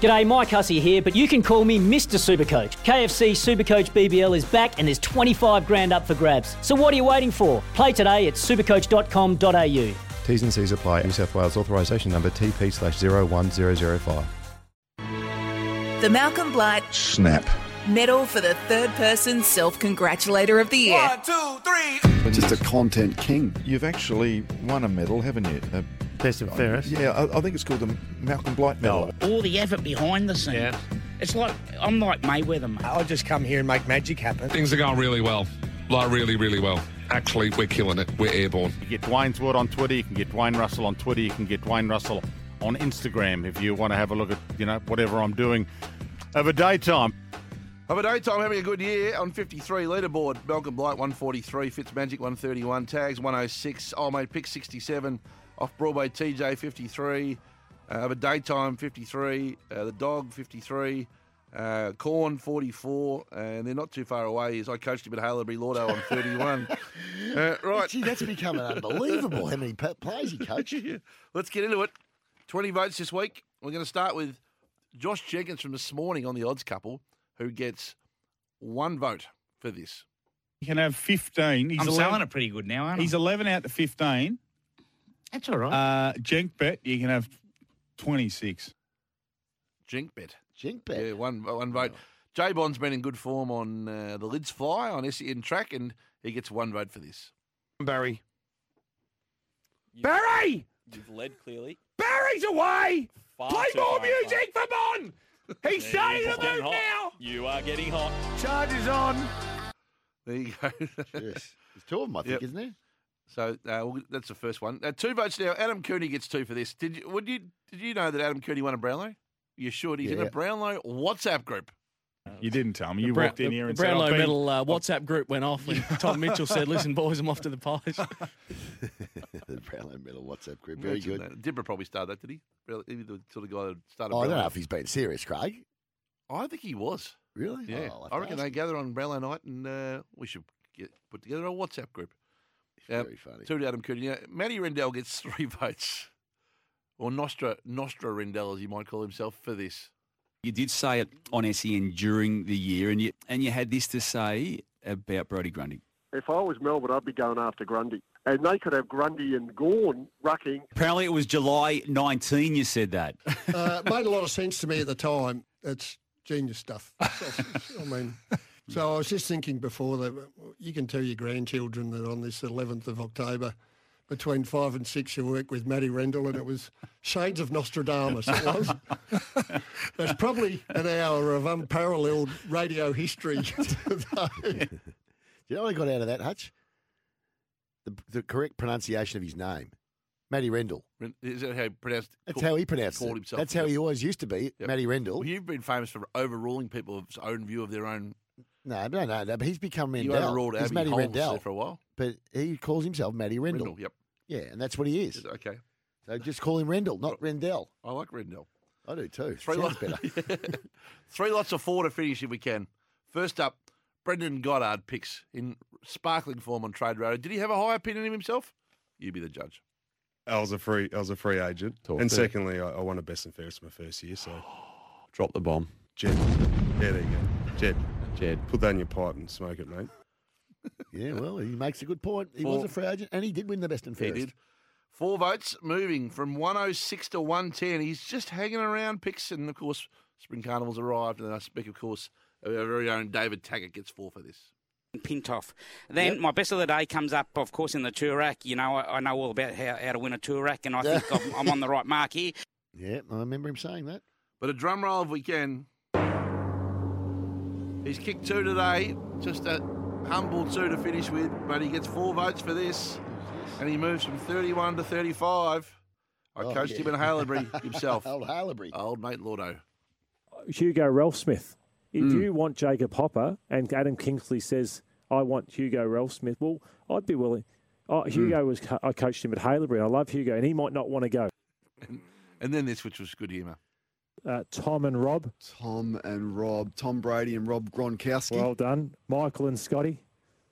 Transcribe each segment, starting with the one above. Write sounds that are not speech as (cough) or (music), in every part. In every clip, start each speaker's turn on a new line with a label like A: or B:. A: G'day, Mike Hussey here, but you can call me Mr. Supercoach. KFC Supercoach BBL is back and there's 25 grand up for grabs. So what are you waiting for? Play today at supercoach.com.au.
B: T's and C's apply. New South Wales authorisation number TP slash 01005.
C: The Malcolm Blight
D: Snap.
C: Medal for the Third Person Self Congratulator of the Year.
D: Just a content king. You've actually won a medal, haven't you? Uh,
E: Best and fairest.
D: yeah, I, I think it's called the Malcolm Blight Medal.
F: all the effort behind the scenes. It's like I'm like Mayweather, mate.
G: I'll just come here and make magic happen.
H: Things are going really well. Like, really, really well. Actually, we're killing it. We're airborne.
I: You get Dwayne's Word on Twitter. You can get Dwayne Russell on Twitter. You can get Dwayne Russell on Instagram if you want to have a look at you know whatever I'm doing over daytime.
J: Have a day time having a good year on 53 leaderboard. Malcolm Blight 143, Fitzmagic 131, Tags 106, Old Oh, Mate Pick 67, Off Broadway TJ 53, uh, Have a Daytime 53, uh, The Dog 53, uh, Corn 44, and they're not too far away is I coached him at Halebury Lordo
K: (laughs)
J: on 31. uh, right,
K: Gee, that's becoming unbelievable how many pa- plays he
J: (laughs)
K: coached.
J: let's get into it. 20 votes this week. We're going to start with Josh Jenkins from this morning on the odds couple, who gets one vote for this.
I: You can have 15. He's
F: I'm selling it pretty good now, aren't I?
I: 11 out to 15.
F: That's all right.
I: Uh, Jenk bet you can have 26.
J: Jink bet.
K: Jink
J: Yeah,
K: bet. Oh.
J: one one vote. Jay Bond's been in good form on uh, the lids fly on SEN track, and he gets one vote for this.
G: Barry. Barry!
L: You've led clearly.
G: Barry's away!
L: Far
G: Play
L: too
G: more
L: far
G: music for Bon! He's starting
L: It's
G: to
L: getting hot.
G: move now!
L: You are getting hot.
G: Charge is on!
J: There you go.
K: Yes. There's two of them, I think,
J: Yep.
K: isn't there?
J: so uh, we'll- that's the first one. Uh, two votes now. Adam Cooney gets two for this. Did you? Would you? Did you know that Adam Cooney won a Brownlow? You should. He's in
K: Yeah.
J: a Brownlow WhatsApp group.
I: You didn't tell me. You
E: Brown-
I: walked in here
E: the
I: and
E: Brownlow
I: said, I've been-
E: Medal uh, WhatsApp group went off when
K: (laughs)
E: Tom Mitchell said, "Listen, boys, I'm off to the (laughs) pies."
K: the Brownlow Medal WhatsApp group. Very
J: Imagine
K: good.
J: that. Dibra probably started that, did he? Really, he was the sort of guy that started.
K: Oh, I don't
J: Brownlow.
K: know if he's been serious, Craig.
J: I think he was.
K: Really?
J: Yeah,
K: Oh, I'll have
J: I
K: to
J: reckon
K: ask
J: they
K: him.
J: gather on Brownlow night, and uh, we should get put together a WhatsApp group. Yep.
K: Very funny.
J: Two to Adam Cooney. Now, Matty Rendell gets three votes, or Nostra Nostra Rendell, as you might call himself, for this.
L: You did say it on SEN during the year, and you and you had this to say about Brody Grundy.
G: If I was Melbourne, I'd be going after Grundy. And they could have Grundy and Gorn rucking.
L: Apparently, it was July 19. You said that.
M: (laughs) uh, it made a lot of sense to me at the time. It's genius stuff.
L: (laughs)
M: I mean, so I was just thinking before that you can tell your grandchildren that on this 11th of October, between five and six, you work with Matty Rendell, and it was shades of Nostradamus. It was.
L: (laughs)
M: That's probably an hour of unparalleled
L: (laughs)
M: radio history. today.
K: Do you know what I got out of that, Hutch? The, the correct pronunciation of his name, Matty Rendell.
J: Ren- Is that how he pronounced?
K: That's
J: call-
K: how he pronounced
J: called
K: it.
J: himself.
K: That's how he always used to be,
J: Yep.
K: Matty Rendell.
J: Well, you've been famous for overruling people's own view of their own.
K: No, no, no, no. But he's become Rendell.
J: You overruled
K: he's
J: Abby
K: Matty
J: Holmes
K: Rendell,
J: there for a while.
K: but he calls himself Matty Rendell.
J: Rendell, yep.
K: Yeah, and that's what he is.
J: Okay,
K: So just call him Rendell, not Rendell.
J: I like Rendell.
K: I do too.
J: Three
K: Sounds
J: lots
K: better.
J: (laughs) Three lots of four to finish if we can. First up, Brendan Goddard picks in sparkling form on Trade Radio. Did he have a high opinion of himself? You be the judge.
E: I was a free, I was a free agent,
B: Talk
E: and
B: to it.
E: secondly, I, I won a best and fairest my first year. So,
B: Drop the bomb.
E: Jed, yeah, there you go, Jed,
B: Jed.
E: put that in your pipe and smoke it, mate.
K: yeah, well, he makes a good point. He
J: Four.
K: was a free agent, and he did win the best and
J: He
K: fairest.
J: did. Four votes moving from 106 to 110. He's just hanging around picks, and of course, Spring Carnival's arrived. And I speak, of course, of our very own David Taggart gets four for this.
F: Pintoff. Then my best of the day comes up, of course, in the Turak. You know, I, I know all about how, how to win a Turak, and I think I'm, I'm on the right mark here.
K: Yeah, I remember him saying that.
J: But a drum roll if we can. He's kicked two today, just a humble two to finish with, but he gets four votes for this, and he moves from 31 to 35. I
K: Oh,
J: coached
K: yeah.
J: him in Halebury
K: (laughs)
J: himself. Uh,
K: Old Harlebury.
J: Old mate Lordo. Hmm.
G: Hugo Ralph Smith. If you want Jacob Hopper and Adam Kingsley says, I want Hugo Ralph Smith, well, I'd be willing. Oh,
J: Hmm.
G: Hugo was, co- I coached him at Halebury. I love Hugo, and he might not want to go.
J: And then this, which was good humour.
G: Uh, Tom and Rob,
D: Tom and Rob, Tom Brady and Rob Gronkowski.
G: well done. Michael and Scotty,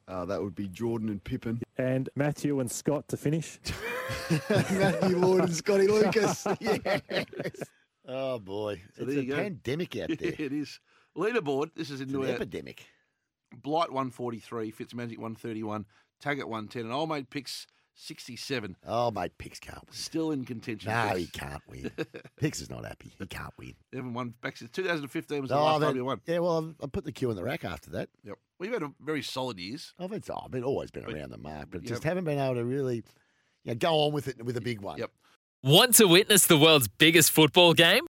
D: uh, that would be Jordan and Pippen. (laughs)
G: and Matthew and Scott to finish.
D: (laughs) Matthew Lloyd and Scotty Lucas. Yes.
K: Oh, Oh boy,
J: So
K: it's
J: (laughs) there
K: a
J: you go.
K: pandemic
J: (laughs)
K: out there.
J: it is. Leaderboard. This is
K: It's
J: into
K: an
J: our
K: epidemic.
J: Blight 143, Fitzmagic 131, Taggart 110, and Old Mate Picks 67.
K: Old Mate Oh, Picks can't win.
J: Still in contention.
K: No,
J: Picks.
K: he can't win.
J: (laughs)
K: Pix is not happy. He can't win.
J: They haven't won back since 2015 was the
K: No,
J: last
K: I've
J: time
K: had-
J: you won.
K: Yeah, well, I've, I put the queue in the rack after that.
J: Yep. We've had a very solid years.
K: I've, had, I've been, always been around the mark, but
J: you
K: just haven't been able to really you know, go on with it with a big one. Yep.
N: Want to witness the world's biggest football game?